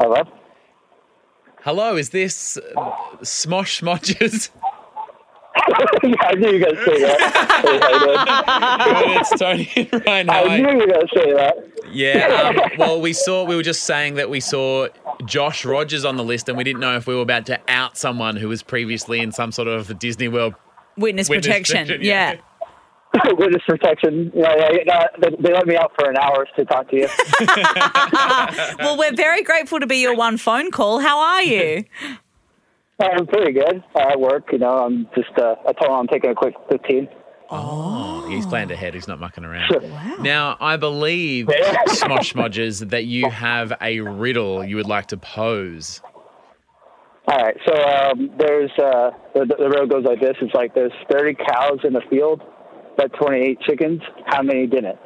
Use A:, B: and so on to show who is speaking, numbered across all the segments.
A: Hello?
B: Hello, is this uh, Smosh Smodges?
A: yeah, I knew you were going to say that. Hey, how you doing?
B: it's Tony and Ryan.
A: I
B: How are
A: knew
B: you?
A: you were going to say that.
B: Yeah. Um, well, we saw. We were just saying that we saw Josh Rogers on the list, and we didn't know if we were about to out someone who was previously in some sort of Disney World.
C: Witness,
B: Witness
C: protection.
B: protection,
C: Yeah.
B: yeah.
A: Witness protection. Yeah, yeah, yeah, no, they, they let me out for an hour to talk to you.
C: well, we're very grateful to be your one phone call. How are you?
A: I'm pretty good. I work, you know, I'm just, uh, I told them I'm taking a quick 15.
B: Oh, he's planned ahead. He's not mucking around. Now, I believe Smosh Smodges that you have a riddle you would like to pose.
A: All right, so um, there's uh, the, the road goes like this. It's like there's 30 cows in the field, but 28 chickens. How many didn't?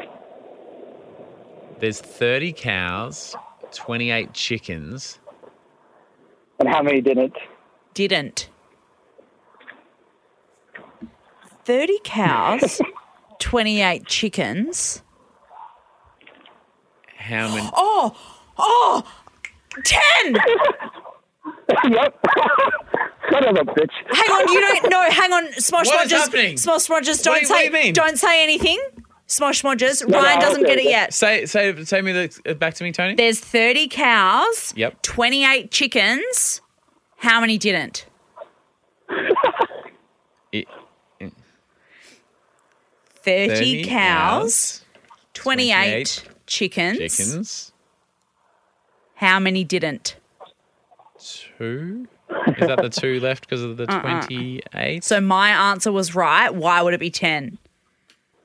B: There's 30 cows, 28 chickens.
A: And how many didn't?
C: Didn't. 30 cows, 28 chickens.
B: How many?
C: Oh, oh, 10!
A: yep. Son of a bitch.
C: Hang on, you don't know. Hang on, Smosh
B: What is
C: Rogers.
B: happening?
C: Smosh Rogers, don't
B: What do you-
C: say
B: what do you mean?
C: don't say anything. Smosh Rogers,
A: no,
C: Ryan
A: I'll
C: doesn't
A: say
C: get it
A: that.
C: yet.
B: Say, say, say me the, uh, back to me, Tony.
C: There's 30 cows,
B: Yep.
C: 28 chickens. How many didn't?
B: It-
C: 30,
B: 30 cows,
C: cows, 28,
B: 28
C: chickens.
B: chickens,
C: How many didn't?
B: two. Is that the two left because of the 28?
C: Uh-uh. So my answer was right. Why would it be 10?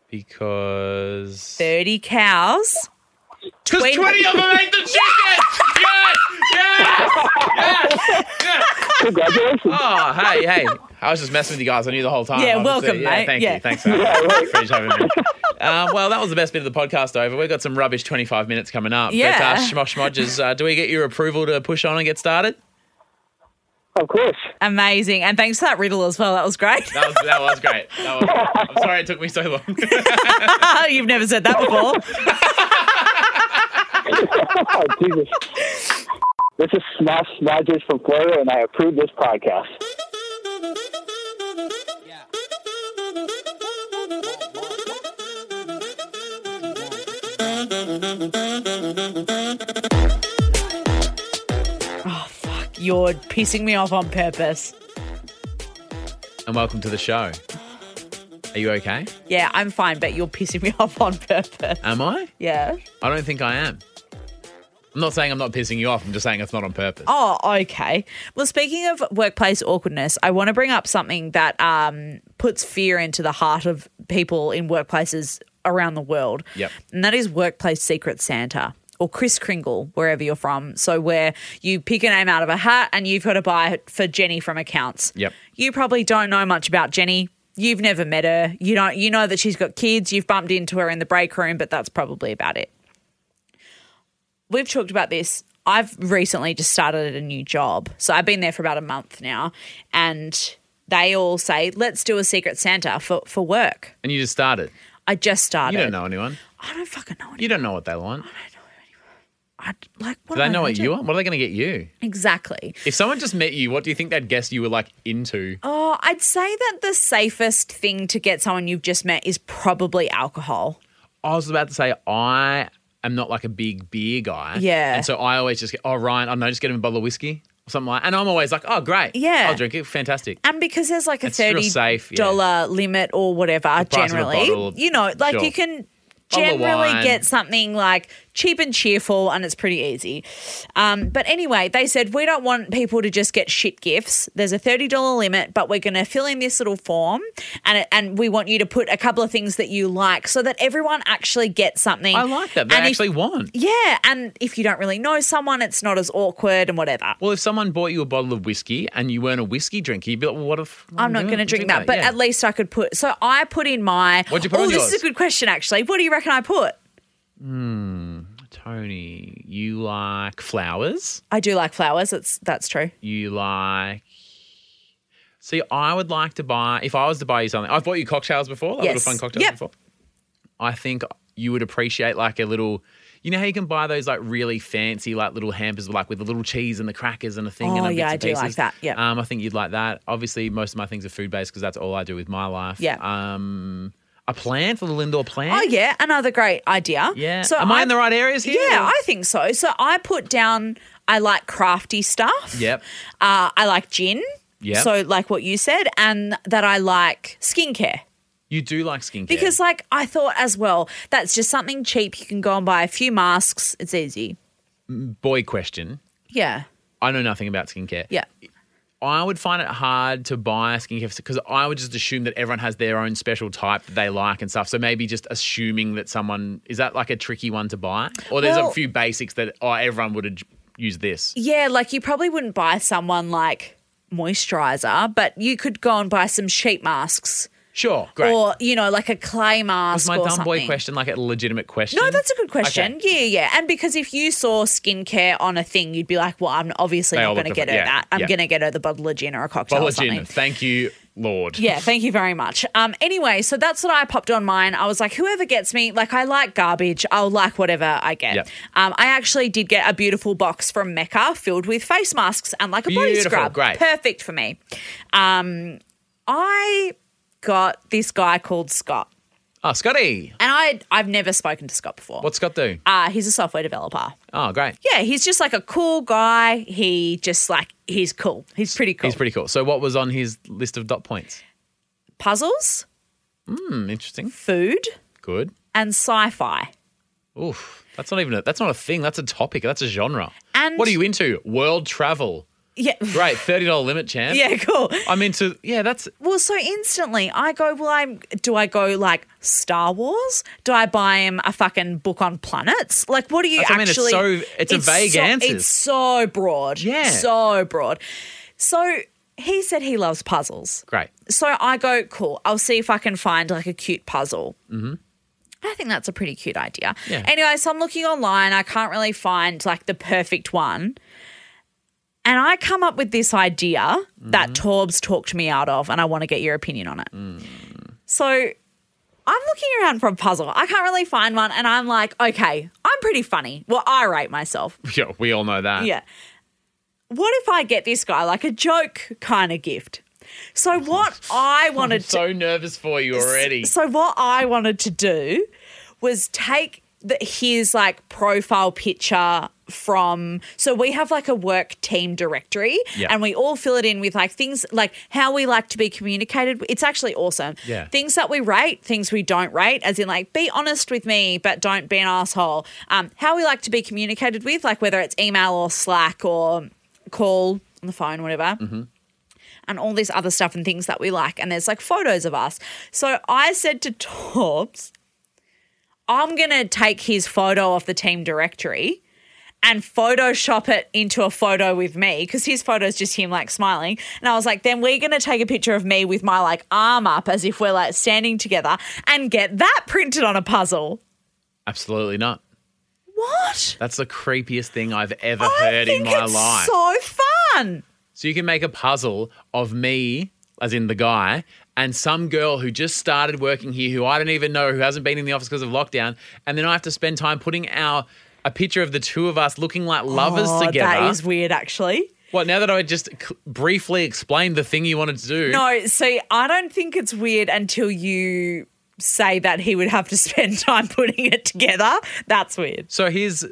B: Because.
C: 30 cows.
B: Because
C: 20
B: 20 of them ate the chicken! yes! Yes!
A: Congratulations.
B: Oh, hey, hey. I was just messing with you guys. I knew the whole time.
C: Yeah,
B: obviously.
C: welcome,
B: yeah,
C: mate.
B: Thank
C: Yeah.
B: you. Thanks for appreciate having me. Um, well, that was the best bit of the podcast over. We've got some rubbish 25 minutes coming up.
C: Yeah.
B: But, uh, Shmosh Modges, uh, do we get your approval to push on and get started?
A: Of course.
C: Amazing. And thanks for that riddle as well. That was great.
B: That was, that was great. That was, I'm sorry it took me so long.
C: You've never said that before.
A: Oh, Jesus. This is Smash Rogers from Florida, and I approve this podcast.
C: You're pissing me off on purpose.
B: and welcome to the show. Are you okay?
C: Yeah, I'm fine, but you're pissing me off on purpose.
B: Am I?
C: Yeah.
B: I don't think I am. I'm not saying I'm not pissing you off. I'm just saying it's not on purpose.
C: Oh, okay. Well, speaking of workplace awkwardness, I want to bring up something that um, puts fear into the heart of people in workplaces around the world.
B: Yep.
C: And that is Workplace Secret Santa or Chris Kringle, wherever you're from. So, where you pick a name out of a hat and you've got to buy it for Jenny from accounts.
B: Yep.
C: You probably don't know much about Jenny. You've never met her. You don't you know that she's got kids. You've bumped into her in the break room, but that's probably about it we've talked about this. I've recently just started a new job. So I've been there for about a month now. And they all say, let's do a Secret Santa for, for work.
B: And you just started.
C: I just started.
B: You don't know anyone.
C: I don't fucking know anything.
B: You don't know what they want. Do
C: I, like, what
B: they
C: am I
B: know what
C: into?
B: you want? What are they going to get you?
C: Exactly.
B: If someone just met you, what do you think they'd guess you were like into?
C: Oh, I'd say that the safest thing to get someone you've just met is probably alcohol.
B: I was about to say I am not like a big beer guy.
C: Yeah.
B: And so I always just get, oh Ryan, I don't know, just get him a bottle of whiskey or something like. And I'm always like, oh great,
C: Yeah.
B: I'll drink it, fantastic.
C: And because there's like a
B: It's real
C: thirty
B: safe, yeah.
C: dollar limit or whatever,
B: price of a
C: generally,
B: bottle,
C: you know, like
B: sure.
C: you can
B: Bottle of
C: generally
B: wine.
C: get something like cheap and cheerful, and it's pretty easy. Um, but anyway, they said we don't want people to just get shit gifts. There's a thirty dollar limit, but we're going to fill in this little form, and it, and we want you to put a couple of things that you like, so that everyone actually gets something.
B: I like that. They
C: And if-
B: actually want.
C: yeah, and if you don't really know someone, it's not as awkward and whatever.
B: Well, if someone bought you a bottle of whiskey and you weren't a whiskey drinker, you'd be like, Mm-hmm. well, what if
C: I'm not going to drink that, but
B: yeah.
C: at least I could put. So I put in my.
B: What'd you put
C: oh,
B: on
C: this
B: yours?
C: is a good question, actually. What do you reckon I put?
B: Tony, you like flowers.
C: I do like flowers. It's that's true.
B: You like. See, I would like to buy. If I was to buy you something, I've bought you cocktails before, like
C: Yes.
B: little fun cocktails
C: Yep.
B: before. I think you would appreciate like a little. You know how you can buy those like really fancy like little hampers like with the little cheese and the crackers and the thing. and
C: Oh,
B: the
C: yeah,
B: bits
C: I
B: and
C: do like
B: pieces?
C: that. Yep.
B: Um, I think you'd like that. Obviously, most of my things are food based because that's all I do with my life.
C: Yeah.
B: Um, a plant, a little indoor plant.
C: Oh yeah, another great idea.
B: Yeah. Am I, in the right areas here?
C: Yeah,
B: or-
C: I think so. So I put down I like crafty stuff.
B: Yep.
C: Uh, I like gin.
B: Yep.
C: So like what you said, and that I like skincare.
B: you do like skincare
C: Because like I thought as well, that's just something cheap. You can go and buy a few masks. It's easy.
B: boy question.
C: Yeah.
B: I know nothing about skincare.
C: Yeah.
B: I would find it hard to buy skincare because I would just assume that everyone has their own special type that they like and stuff. So maybe just assuming that someone is that like a tricky one to buy, or there's
C: Well-
B: a few basics that oh everyone would ad- use this.
C: Yeah, like you probably wouldn't buy someone like moisturizer, but you could go and buy some sheet masks
B: Sure, great.
C: or you know like a clay mask
B: Is my
C: or
B: dumb boy
C: something.
B: question like a legitimate question?
C: No, that's a good question.
B: Okay.
C: Yeah, yeah. And because if you saw skincare on a thing, you'd be like, well, I'm obviously
B: They
C: not
B: all
C: going to
B: look
C: get her
B: different. Yeah,
C: that. I'm
B: yeah.
C: going to get her the bottle of gin or a cocktail
B: Bottle
C: or
B: of
C: something.
B: gin. Thank you, Lord.
C: Yeah, thank you very much. Um, anyway, so that's what I popped on mine. I was like, whoever gets me, like, I like garbage. I'll like whatever I get.
B: Yep.
C: Um, I actually did get a beautiful box from Mecca filled with face masks and like a body
B: Beautiful,
C: scrub.
B: great.
C: Perfect for me. Um, I got this guy called Scott,
B: Oh, Scotty,
C: and I I've never spoken to Scott before.
B: what's Scott do?
C: Uh, he's a software developer.
B: Oh, great.
C: Yeah, he's just like a cool guy. He just like he's cool. He's pretty cool.
B: He's pretty cool. So, what was on his list of dot points?
C: Puzzles,
B: Hmm, interesting.
C: food,
B: Good.
C: and sci-fi.
B: Oof, that's not even a, that's not a thing. That's a topic. That's a genre.
C: And-
B: what are you into? World travel.
C: Yeah.
B: Great, thirty dollar limit, champ.
C: Yeah, cool.
B: I'm into. Yeah, that's
C: Well, so instantly I go, well, I'm do I go like Star Wars? Do I buy him a fucking book on planets? Like what do you
B: That's what I mean, it's
C: actually
B: so- it's a vague
C: so,
B: answers.
C: It's so broad.
B: Yeah.
C: So broad. So he said he loves puzzles.
B: great.
C: so I go, cool, I'll see if I can find like a cute puzzle. Mm-hmm. I think that's a pretty cute idea.
B: Yeah.
C: Anyway, so I'm looking online. I can't really find like the perfect one. And I come up with this idea that Torbs talked me out of, and I want to get your opinion on it. So I'm looking around for a puzzle. I can't really find one. And I'm like, okay, I'm pretty funny. Well, I rate myself.
B: Yeah, we all know that.
C: Yeah. What if I get this guy like a joke kind of gift? So what I wanted to
B: Oh, So nervous for you already.
C: so what I wanted to do was take the, his like profile picture from so we have like a work team directory
B: Yeah.
C: and we all fill it in with like things like how we like to be communicated it's actually awesome
B: Yeah.
C: things that we rate things we don't rate as in like be honest with me but don't be an asshole um, how we like to be communicated with like whether it's email or slack or call on the phone whatever and all this other stuff and things that we like. And there's like photos of us. So I said to Torbs, I'm going to take his photo off the team directory and Photoshop it into a photo with me because his photo is just him like smiling. And I was like, then we're going to take a picture of me with my like arm up as if we're like standing together and get that printed on a puzzle.
B: Absolutely not.
C: What?
B: That's the creepiest thing I've ever
C: Oh, I
B: heard
C: think
B: in my
C: it's
B: life.
C: so fun.
B: So you can make a puzzle of me, as in the guy, and some girl who just started working here, who I don't even know, who hasn't been in the office because of lockdown, and then I have to spend time putting our a picture of the two of us looking like lovers
C: Oh,
B: together.
C: That is weird, actually.
B: Well, now that I just c- briefly explained the thing you wanted to do,
C: No, see, I don't think it's weird until you say that he would have to spend time putting it together. That's weird.
B: so his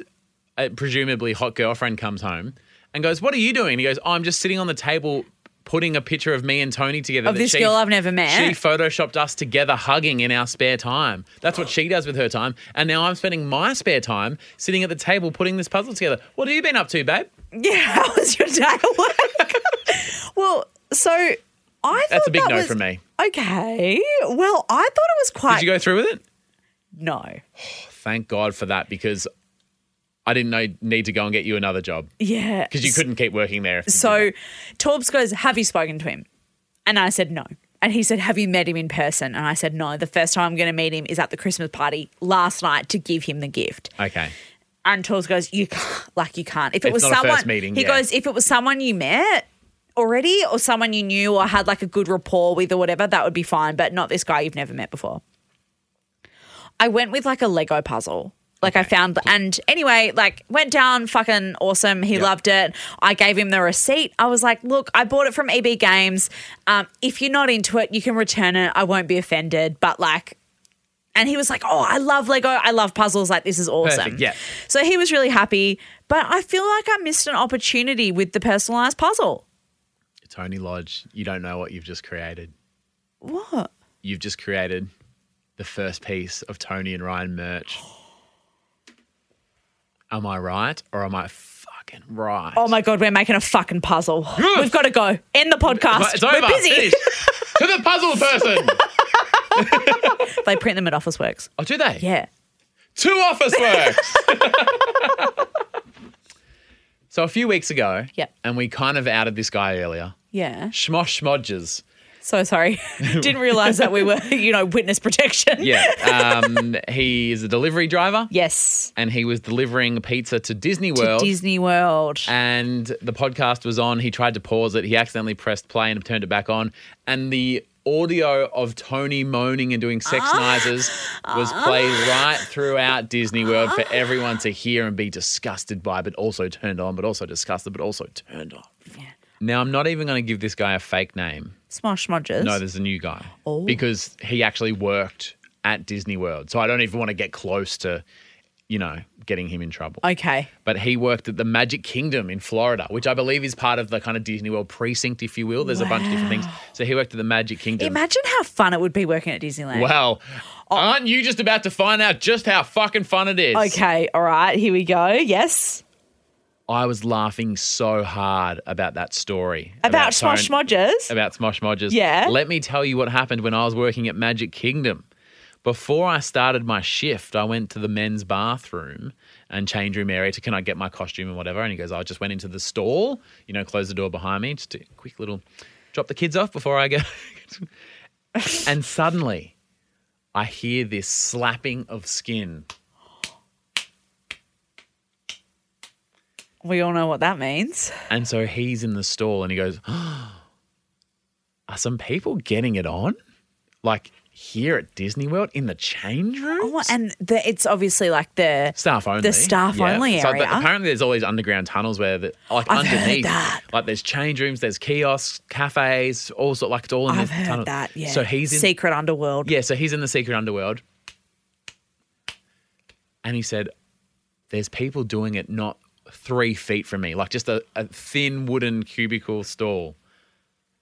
B: uh, presumably hot girlfriend comes home and goes, "What are you doing?" And he goes, oh, "I'm just sitting on the table." Putting a picture of me and Tony together
C: Of
B: that
C: this girl I've never met.
B: She photoshopped us together hugging in our spare time. That's what she does with her time. And now I'm spending my spare time sitting at the table putting this puzzle together. What have you been up to, babe?
C: Yeah, how was your day at work? well, so I thought
B: That's a big
C: that
B: no
C: was-
B: from me.
C: Okay. Well, I thought it was quite
B: Did you go through with it?
C: no.
B: Thank God for that because I didn't know need to go and get you another job
C: Yeah.
B: because you couldn't keep working there. if you did that.
C: So Torbs goes, Have you spoken to him? And I said, No. And he said, Have you met him in person? And I said, No. The first time I'm going to meet him is at the Christmas party last night to give him the gift.
B: Okay.
C: And Tools goes, you can't, like you can't. If it
B: It's
C: was
B: not a first
C: someone,
B: meeting,
C: he
B: yeah.
C: goes, if it was someone you met already or someone you knew or had like a good rapport with or whatever, that would be fine. But not this guy you've never met before. I went with like a Lego puzzle. Like I found, and anyway, like went down, fucking awesome. He loved it. I gave him the receipt. I was like, look, I bought it from EB Games. Um, if you're not into it, you can return it. I won't be offended. But like, and he was like, oh, I love Lego. I love puzzles. Like this is awesome.
B: Perfect, yeah.
C: So he was really happy. But I feel like I missed an opportunity with the personalized puzzle.
B: Tony Lodge, you don't know what you've just created.
C: What?
B: You've just created the first piece of Tony and Ryan merch. Am I right or am I fucking right?
C: Oh my god, we're making a fucking puzzle. We've got to go. End the podcast.
B: It's
C: We're
B: over.
C: busy.
B: Finished. to the puzzle person.
C: They print them at Office Works.
B: Oh, do they?
C: Yeah.
B: Two office works. so a few weeks ago,
C: Yep.
B: and we kind of outed this guy earlier.
C: Yeah.
B: Schmosh Smodges.
C: So sorry. Didn't realize that we were, you know, witness protection.
B: Yeah. Um, he is a delivery driver.
C: Yes.
B: And he was delivering pizza to Disney
C: To
B: World.
C: Disney World.
B: and the podcast was on. He tried to pause it. He accidentally pressed play and turned it back on. And the audio of Tony moaning and doing sex
C: Ah.
B: noises was played right throughout Disney World
C: Ah.
B: for everyone to hear and be disgusted by, but also turned on, but also disgusted, but also turned off. Now, I'm not even going to give this guy a fake name.
C: Smosh Modgers.
B: No, there's a new guy.
C: Oh.
B: Because he actually worked at Disney World. So I don't even want to get close to, you know, getting him in trouble
C: okay.
B: but he worked at the Magic Kingdom in Florida, which I believe is part of the kind of Disney World precinct, if you will. There's a bunch of different things. So he worked at the Magic Kingdom.
C: Imagine Oh. how fun it would be working at Disneyland.
B: wow. Aren't you just about to find out just how fucking fun it is?
C: Okay. All right. Here we go. Yes.
B: I was laughing so hard about that story.
C: About, Smosh
B: Tone-
C: Modgers.
B: About Smosh Modgers.
C: Yeah.
B: Let me tell you what happened when I was working at Magic Kingdom. Before I started my shift, I went to the men's bathroom and change room area to can I get my costume and whatever. And he goes, I just went into the stall, you know, close the door behind me, just a quick little drop the kids off before I go. and suddenly I hear this slapping of skin.
C: We all know what that means.
B: And so he's in the stall and he goes, oh, Are some people getting it on? Like here at Disney World in the change room?
C: Oh, and the, it's obviously like the
B: Staff only.
C: staff only
B: So th-
C: area.
B: apparently, there's all these underground tunnels where, the, like
C: I've heard
B: underneath,
C: that.
B: like there's change rooms, there's kiosks, cafes, all sort. Like it's all in
C: I've
B: the
C: heard
B: tunnel.
C: that. Yeah.
B: So he's in.
C: secret underworld.
B: yeah. So he's in the secret underworld, and he said, "There's people doing it not three feet from me, like just a, a thin wooden cubicle stall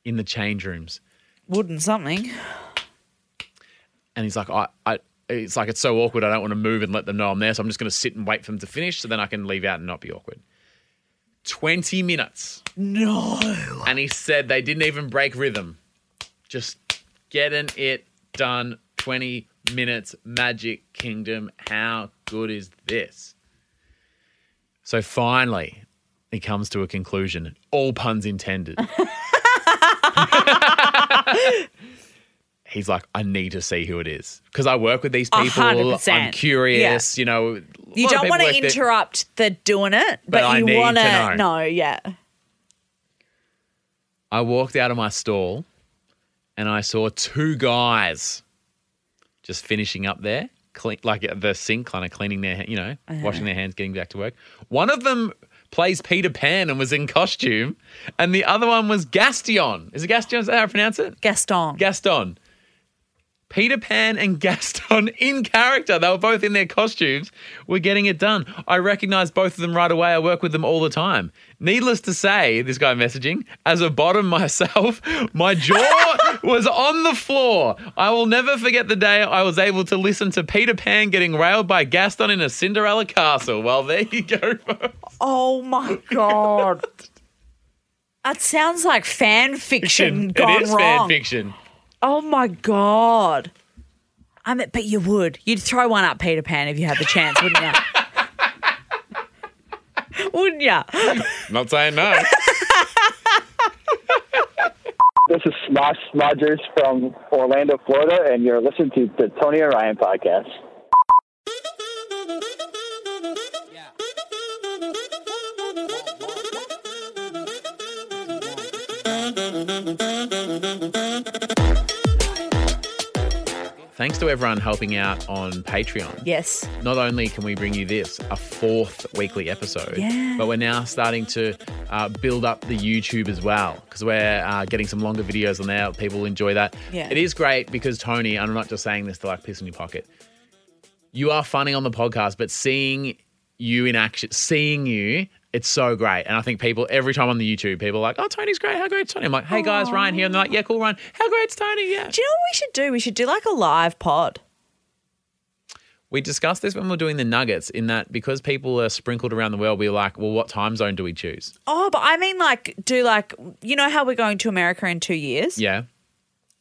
B: in the change rooms."
C: Wooden something.
B: and he's like, I, I, it's like it's so awkward. I don't want to move and let them know I'm there, so I'm just going to sit and wait for them to finish, so then I can leave out and not be awkward. Twenty minutes,
C: No.
B: and he said they didn't even break rhythm, just getting it done. Twenty minutes, Magic Kingdom. How good is this? So finally, he comes to a conclusion. All puns intended. He's like, I need to see who it is because I work with these
C: A
B: people.
C: hundred
B: I'm
C: percent.
B: curious, you know. a lot
C: You
B: of
C: don't
B: people
C: want to
B: work there.
C: interrupt the doing it, but,
B: I
C: you
B: need to
C: want
B: know.
C: to know. Yeah.
B: I walked out of my stall and I saw two guys just finishing up there, clean, like at the sink, kind of cleaning their, you know, washing their hands, getting back to work. One of them plays Peter Pan and was in costume, and the other one was Gastion. Is it Gastion? Is that how I pronounce it?
C: Gaston.
B: Gaston. Peter Pan and Gaston in character. They were both in their costumes. We're getting it done. I recognize both of them right away. I work with them all the time. Needless to say, this guy messaging, as a bottom myself, my jaw was on the floor. I will never forget the day I was able to listen to Peter Pan getting railed by Gaston in a Cinderella castle. Well, there you go. folks.
C: oh my god. that sounds like fan fiction gone
B: it is
C: wrong.
B: fan fiction.
C: Oh my god. I mean, but you would. You'd throw one up Peter Pan if you had the chance, wouldn't you? wouldn't you?
B: Not saying no.
A: This is Smosh Rogers from Orlando, Florida, and you're listening to the Tony and Ryan podcast.
B: Thanks to everyone helping out on Patreon.
C: Yes.
B: Not only can we bring you this, a fourth weekly episode,
C: Yeah.
B: but we're now starting to uh, build up the YouTube as well because we're uh, getting some longer videos on there. People enjoy that.
C: Yeah.
B: It is great because Tony, and I'm not just saying this to like piss in your pocket, you are funny on the podcast, but seeing you in action, seeing you, it's so great. And I think people, every time on the YouTube, people are like, oh, Tony's great. How great's Tony? I'm like, hey guys, Ryan here. And they're like, yeah, cool, Ryan. How great's Tony? Yeah.
C: Do you know what we should do? We should do like a live pod.
B: We discussed this when we were doing the nuggets, in that because people are sprinkled around the world, we were like, well, what time zone do we choose?
C: Oh, but I mean, like, do like, you know how we're going to America in two years?
B: Yeah.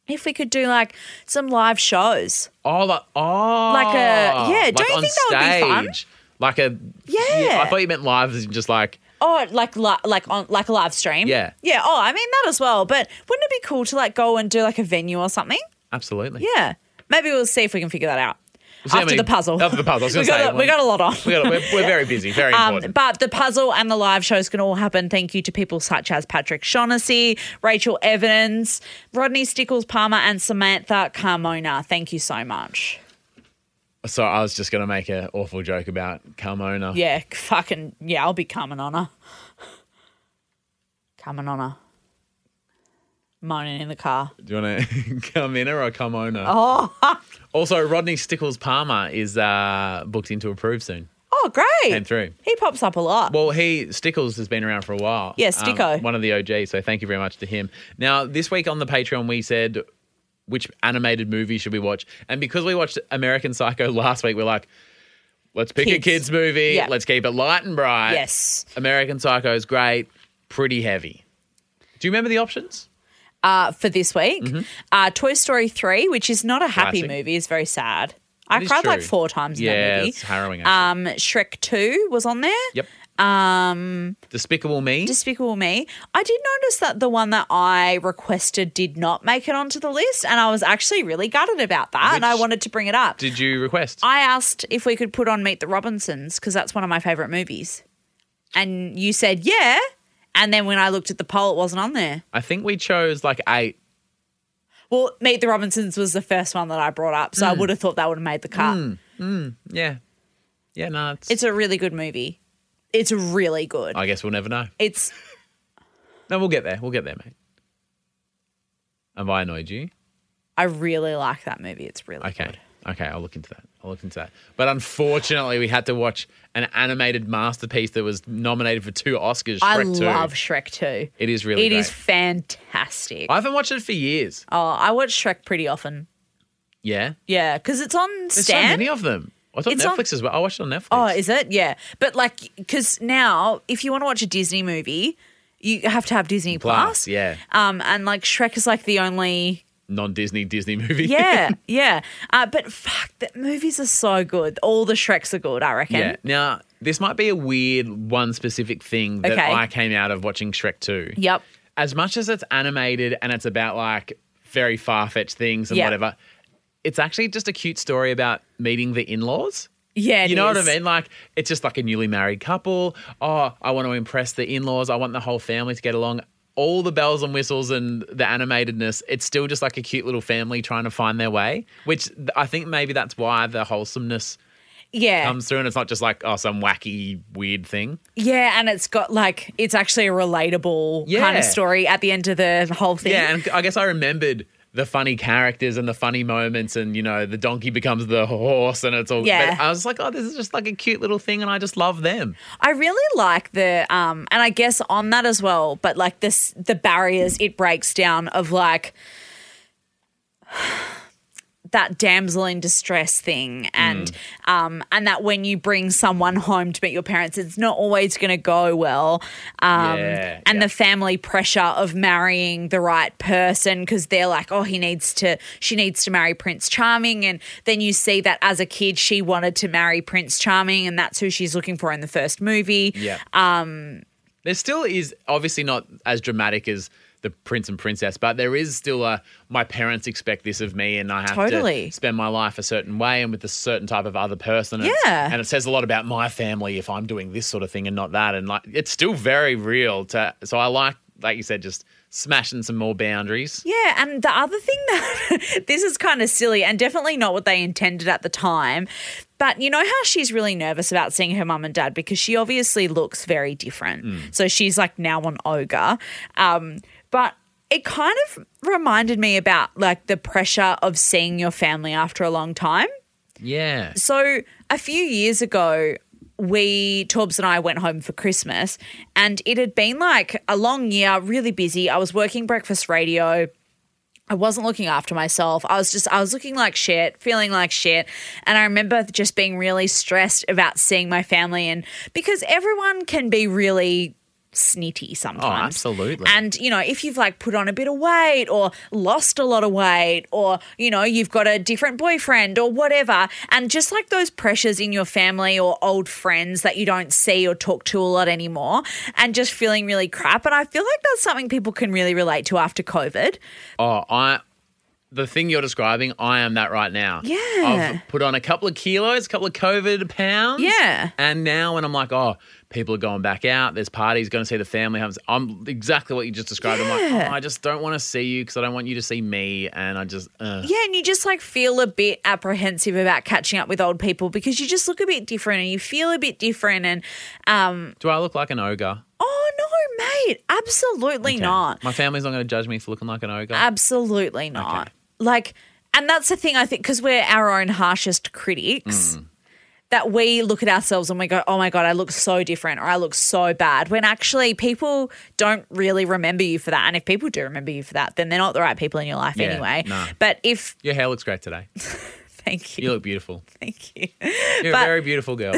C: If we could do like some live shows.
B: Oh, like, oh.
C: Like a- yeah, don't you
B: on
C: think that would be fun?
B: Like a.
C: Yeah.
B: I thought you meant live as in just like,
C: Oh, like li- like on like a live stream.
B: Yeah.
C: Yeah. Oh, I mean that as well. But wouldn't it be cool to like go and do like a venue or something?
B: absolutely.
C: Yeah. Maybe we'll see if we can figure that out
B: see how
C: after
B: many-
C: the puzzle.
B: after the puzzle, I was
C: we,
B: gonna
C: got
B: say,
C: a, we got a lot on.
B: We gotta, we're, we're very busy, very
C: Um,
B: important.
C: but the puzzle and the live shows can all happen. Thank you to people such as Patrick Shaughnessy, Rachel Evans, Rodney Stickles Palmer, and Samantha Carmona. Thank you so much.
B: so I was just going to make an awful joke about Carmona.
C: Yeah, fucking yeah, I'll be coming on her. Coming on her. Moaning in the car.
B: Do you want to come in or come on?
C: Oh.
B: Also, Rodney Stickles Palmer is uh, booked in to approve soon.
C: Oh, great.
B: Came through.
C: He pops up a lot.
B: Well, he Stickles has been around for a while. Um,
C: Yeah, Sticko.
B: one of the OGs. So thank you very much to him. Now, this week on the Patreon, we said which animated movie should we watch, and because we watched American Psycho last week, we're like, let's pick a
C: Kids.
B: kids movie.
C: Yeah.
B: Let's keep it light and bright.
C: Yes.
B: American Psycho is great, pretty heavy. Do you remember the options?
C: Uh, for this week, uh, Toy Story 3, which is not a happy
B: Mm-hmm. Classic.
C: movie, is very sad. I
B: It is
C: cried like
B: true.
C: four times in
B: Yeah,
C: that movie.
B: it's harrowing,
C: Um,
B: actually.
C: Shrek 2 was on there.
B: Yep. Um, Despicable Me.
C: Despicable Me. I did notice that the one that I requested did not make it onto the list, and I was actually really gutted about that, and I
B: Which
C: wanted to bring it up.
B: Did you request?
C: I asked if we could put on Meet the Robinsons because that's one of my favorite movies. And you said, yeah. And then when I looked at the poll, it wasn't on there.
B: I think we chose like eight.
C: Well, Meet the Robinsons was the first one that I brought up. So I
B: Mm.
C: would have thought that would have made the cut.
B: Yeah. Yeah, no, it's,
C: It's a really good movie. It's really good.
B: I guess we'll never know.
C: It's,
B: No, we'll get there. We'll get there, mate. Have I annoyed you?
C: I really like that movie. It's really
B: Okay.
C: good.
B: Okay, I'll look into that. I'll look into that. But unfortunately, we had to watch an animated masterpiece that was nominated for two Oscars. Shrek
C: I
B: 2.
C: love Shrek 2.
B: It is really
C: It
B: great.
C: is fantastic.
B: I haven't watched it for years.
C: oh, I watch Shrek pretty often.
B: Yeah.
C: Yeah, because it's on
B: There's
C: Stan.
B: so many of them. It's on
C: It's on-
B: Netflix as well. I watched it on Netflix.
C: Oh, is it? Yeah. But like, because now if you want to watch a Disney movie, you have to have Disney Plus.
B: Plus, yeah.
C: Um, and like Shrek is like the only.
B: Non Disney Disney movie.
C: Yeah, yeah. Uh, but fuck, the movies are so good. All the Shreks are good, I reckon.
B: Yeah. Now, this might be a weird one specific thing that
C: Okay.
B: I came out of watching Shrek 2.
C: Yep.
B: As much as it's animated and it's about like very far fetched things and
C: Yeah.
B: whatever, it's actually just a cute story about meeting the in laws.
C: Yeah. it
B: You know what I
C: is.
B: mean? Like, it's just like a newly married couple. Oh, I want to impress the in laws. I want the whole family to get along. All the bells and whistles and the animatedness, it's still just like a cute little family trying to find their way, which th- I think maybe that's why the wholesomeness
C: Yeah.
B: comes through and it's not just like, oh, some wacky, weird thing.
C: yeah. And it's got like, it's actually a relatable kind
B: Yeah.
C: of story at the end of the whole thing.
B: Yeah, and I guess I remembered the funny characters and the funny moments and you know the donkey becomes the horse and it's all
C: Yeah.
B: but i was like oh this is just like a cute little thing and i just love them
C: I really like the um and I guess on that as well, but like this the barriers it breaks down of like that damsel in distress thing and
B: Mm.
C: um and that when you bring someone home to meet your parents it's not always going to go well um
B: Yeah,
C: and
B: yeah.
C: the family pressure of marrying the right person because they're like oh he needs to she needs to marry prince charming and then you see that as a kid she wanted to marry prince charming and that's who she's looking for in the first movie
B: yeah um there still is obviously not as dramatic as the prince and princess but there is still a my parents expect this of me and i have
C: Totally.
B: to spend my life a certain way and with a certain type of other person and,
C: Yeah.
B: and it says a lot about my family if i'm doing this sort of thing and not that and like it's still very real to so i like like you said, just smashing some more boundaries.
C: Yeah, and the other thing that this is kind of silly and definitely not what they intended at the time, but you know how she's really nervous about seeing her mum and dad because she obviously looks very different. So she's like now on ogre. Um, but it kind of reminded me about like the pressure of seeing your family after a long time.
B: Yeah.
C: So a few years ago, we Torbs and I went home for Christmas, and it had been like a long year, really busy. I was working breakfast radio. I wasn't looking after myself. I was just I was looking like shit, feeling like shit, and I remember just being really stressed about seeing my family and because everyone can be really snitty sometimes.
B: absolutely.
C: And you know, if you've like put on a bit of weight or lost a lot of weight or you know, you've got a different boyfriend or whatever, and just like those pressures in your family or old friends that you don't see or talk to a lot anymore and just feeling really crap and I feel like that's something people can really relate to after COVID.
B: Oh, I the thing you're describing, I am that right now.
C: Yeah.
B: I've put on a couple of kilos, a couple of COVID pounds.
C: Yeah.
B: And now when I'm like, oh, people are going back out, there's parties, going to see the family. I'm- I'm exactly what you just described. I'm like,
C: Yeah.
B: oh, I just don't want to see you because I don't want you to see me. And I just, uh.
C: Yeah, and you just like feel a bit apprehensive about catching up with old people because you just look a bit different and you feel a bit different and um
B: do I look like an ogre?
C: oh no, mate, absolutely
B: Okay.
C: not.
B: My family's not going to judge me for looking like an ogre.
C: Absolutely not. Like, and that's the thing I think because we're our own harshest critics.
B: Mm.
C: That we look at ourselves and we go, oh my God, I look so different or I look so bad. When actually people don't really remember you for that. And if people do remember you for that, then they're not the right people in your life
B: Yeah,
C: anyway.
B: no.
C: But if,
B: Your hair looks great today.
C: thank you,
B: You look beautiful.
C: thank you.
B: You're
C: But-
B: a very beautiful girl.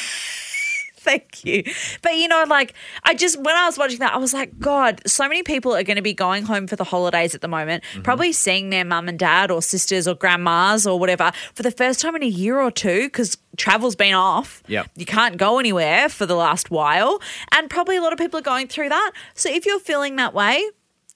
C: Thank you. But you know, like I just when I was watching that, I was like, God, so many people are going to be going home for the holidays at the moment,
B: Mm-hmm.
C: probably seeing their mum and dad or sisters or grandmas or whatever for the first time in a year or two because travel's been off.
B: Yep.
C: You can't go anywhere for the last while. And probably a lot of people are going through that. So if you're feeling that way,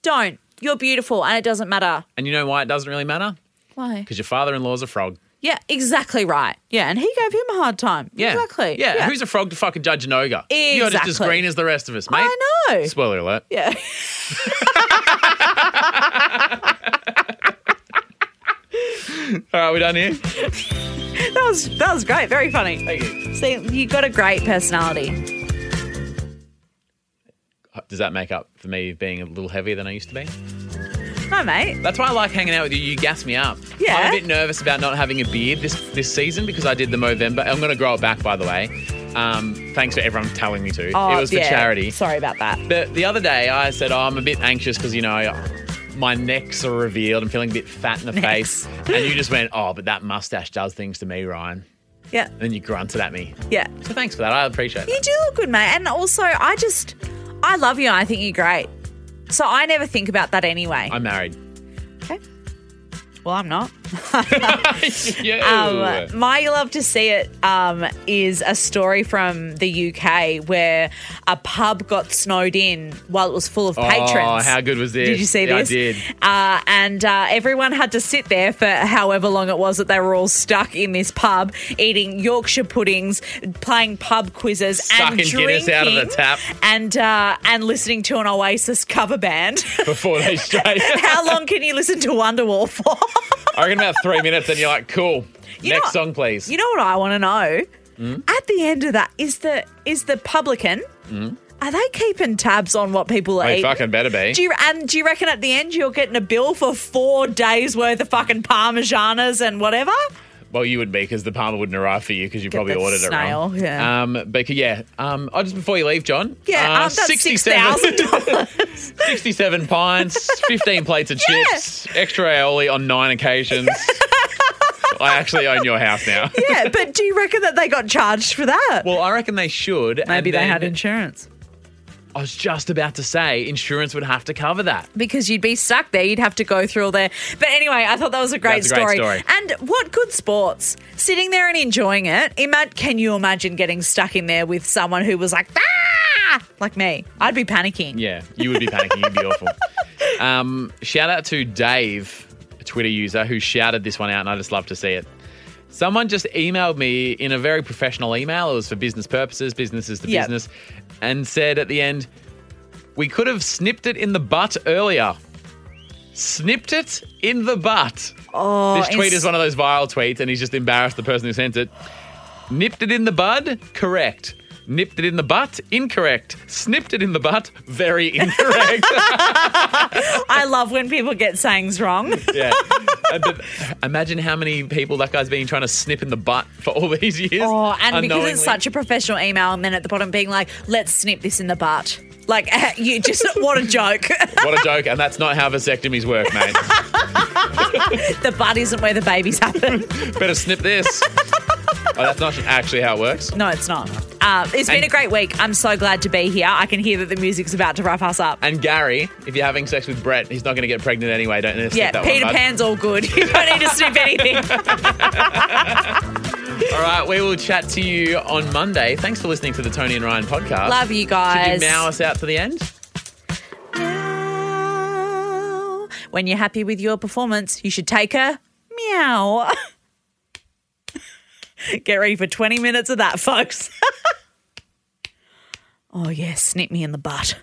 C: don't. You're beautiful and it doesn't matter.
B: and you know why it doesn't really matter?
C: Why?
B: Because your father in law's a frog.
C: Yeah, exactly right. Yeah. And he gave him a hard time.
B: Yeah.
C: Exactly.
B: Yeah. Who's a frog to fucking judge an ogre? You're just as
C: Exactly.
B: green as the rest of us, mate.
C: I know.
B: Spoiler alert.
C: Yeah.
B: All right, we're done here.
C: That was that was great. Very funny.
B: Thank you.
C: See, you got a great personality.
B: Does that make up for me being a little heavier than I used to be?
C: Hi, mate.
B: That's why I like hanging out with you. You gas me up.
C: Yeah.
B: I'm a bit nervous about not having a beard this this season because I did the Movember. I'm going to grow it back, by the way. Um, thanks for everyone telling me to. it was for
C: Oh, yeah.
B: charity.
C: Sorry about that.
B: The, the other day, I said, oh, I'm a bit anxious because, you know, my necks are revealed. I'm feeling a bit fat in the
C: Necks.
B: face. And you just went, oh, but that mustache does things to me, Ryan.
C: Yeah,
B: And then you grunted at me.
C: yeah.
B: So thanks for that. I appreciate
C: You
B: that.
C: do look good, mate. And also, I just, I love you. and I think you're great. So I never think about that anyway.
B: I'm married.
C: okay. Well, I'm not.
B: yeah.
C: Um, my You love to see it um, is a story from the UK where a pub got snowed in while it was full of patrons.
B: Oh, how good was this?
C: Did you see
B: Yeah,
C: this?
B: I did.
C: Uh, and uh, everyone had to sit there for however long it was that they were all stuck in this pub, eating Yorkshire puddings, playing pub quizzes, and
B: Sucking
C: drinking,
B: Guinness out of the tap.
C: and uh, and listening to an Oasis cover band.
B: Before they straight.
C: How long can you listen to Wonderwall for?
B: I reckon about three minutes, and you're like, cool.
C: You
B: Next
C: know-
B: song, please.
C: You know what I want to know?
B: Hmm?
C: At the end of that, is the is the publican? Are they keeping tabs on what people are
B: They
C: eating?
B: Hmm? fucking better be.
C: Do you, and do you reckon at the end you're getting a bill for four days worth of fucking parmesanas and whatever?
B: Well, you would be because the Palmer wouldn't arrive for you because you probably
C: that
B: ordered it wrong.
C: snail, yeah.
B: Um, but yeah. Um, oh, just before you leave, John.
C: Yeah,
B: uh,
C: um, that's
B: 67
C: $6,000.
B: 67 pints, 15 plates of
C: Yeah.
B: chips, extra aioli on nine occasions. I actually own your house now.
C: yeah, but do you reckon that they got charged for that?
B: Well, I reckon they should. and
C: Maybe they
B: then-
C: had insurance.
B: I was just about to say insurance would have to cover that.
C: Because you'd be stuck there. You'd have to go through all there. But anyway, I thought that was a great,
B: That's a great story.
C: And what good sports. Sitting there and enjoying it. Ima- can you imagine getting stuck in there with someone who was like, ah! Like me. I'd be panicking.
B: Yeah, you would be panicking. You'd be awful. Um, shout out to Dave, a Twitter user, who shouted this one out, and I just love to see it. Someone just emailed me in a very professional email. It was for business purposes, business is to
C: Yep.
B: business, and said at the end, We could have snipped it in the butt earlier. Snipped it in the butt. Oh, this tweet
C: it's-
B: is one of those vile tweets, and he's just embarrassed the person who sent it. Nipped it in the bud? Correct. Nipped it in the butt? Incorrect. Snipped it in the butt? Very incorrect.
C: I love when people get sayings wrong.
B: yeah. Uh, But imagine how many people that guy's been trying to snip in the butt for all these years.
C: Oh, and because
B: unknowingly.
C: it's such a professional email, and then at the bottom being like, let's snip this in the butt. Like, you just, what a joke.
B: What a joke, and that's not how vasectomies work, mate.
C: the butt isn't where the babies happen.
B: Better snip this. Oh, that's not actually how it works.
C: No, it's not. Uh, it's been
B: And-
C: a great week. I'm so glad to be here. I can hear that the music's about to wrap us up.
B: And Gary, if you're having sex with Brett, he's not going to get pregnant anyway. Don't snip
C: yeah,
B: that
C: Peter
B: one, bud.
C: Pan's all good. You don't need to snip anything.
B: All right, we will chat to you on Monday. Thanks for listening to the Tony and Ryan podcast.
C: Love you
B: Did you
C: guys.
B: mow us out to the end?
C: Meow. When you're happy with your performance, you should take a meow. Get ready for 20 minutes of that, folks. oh, yes, snip me in the butt.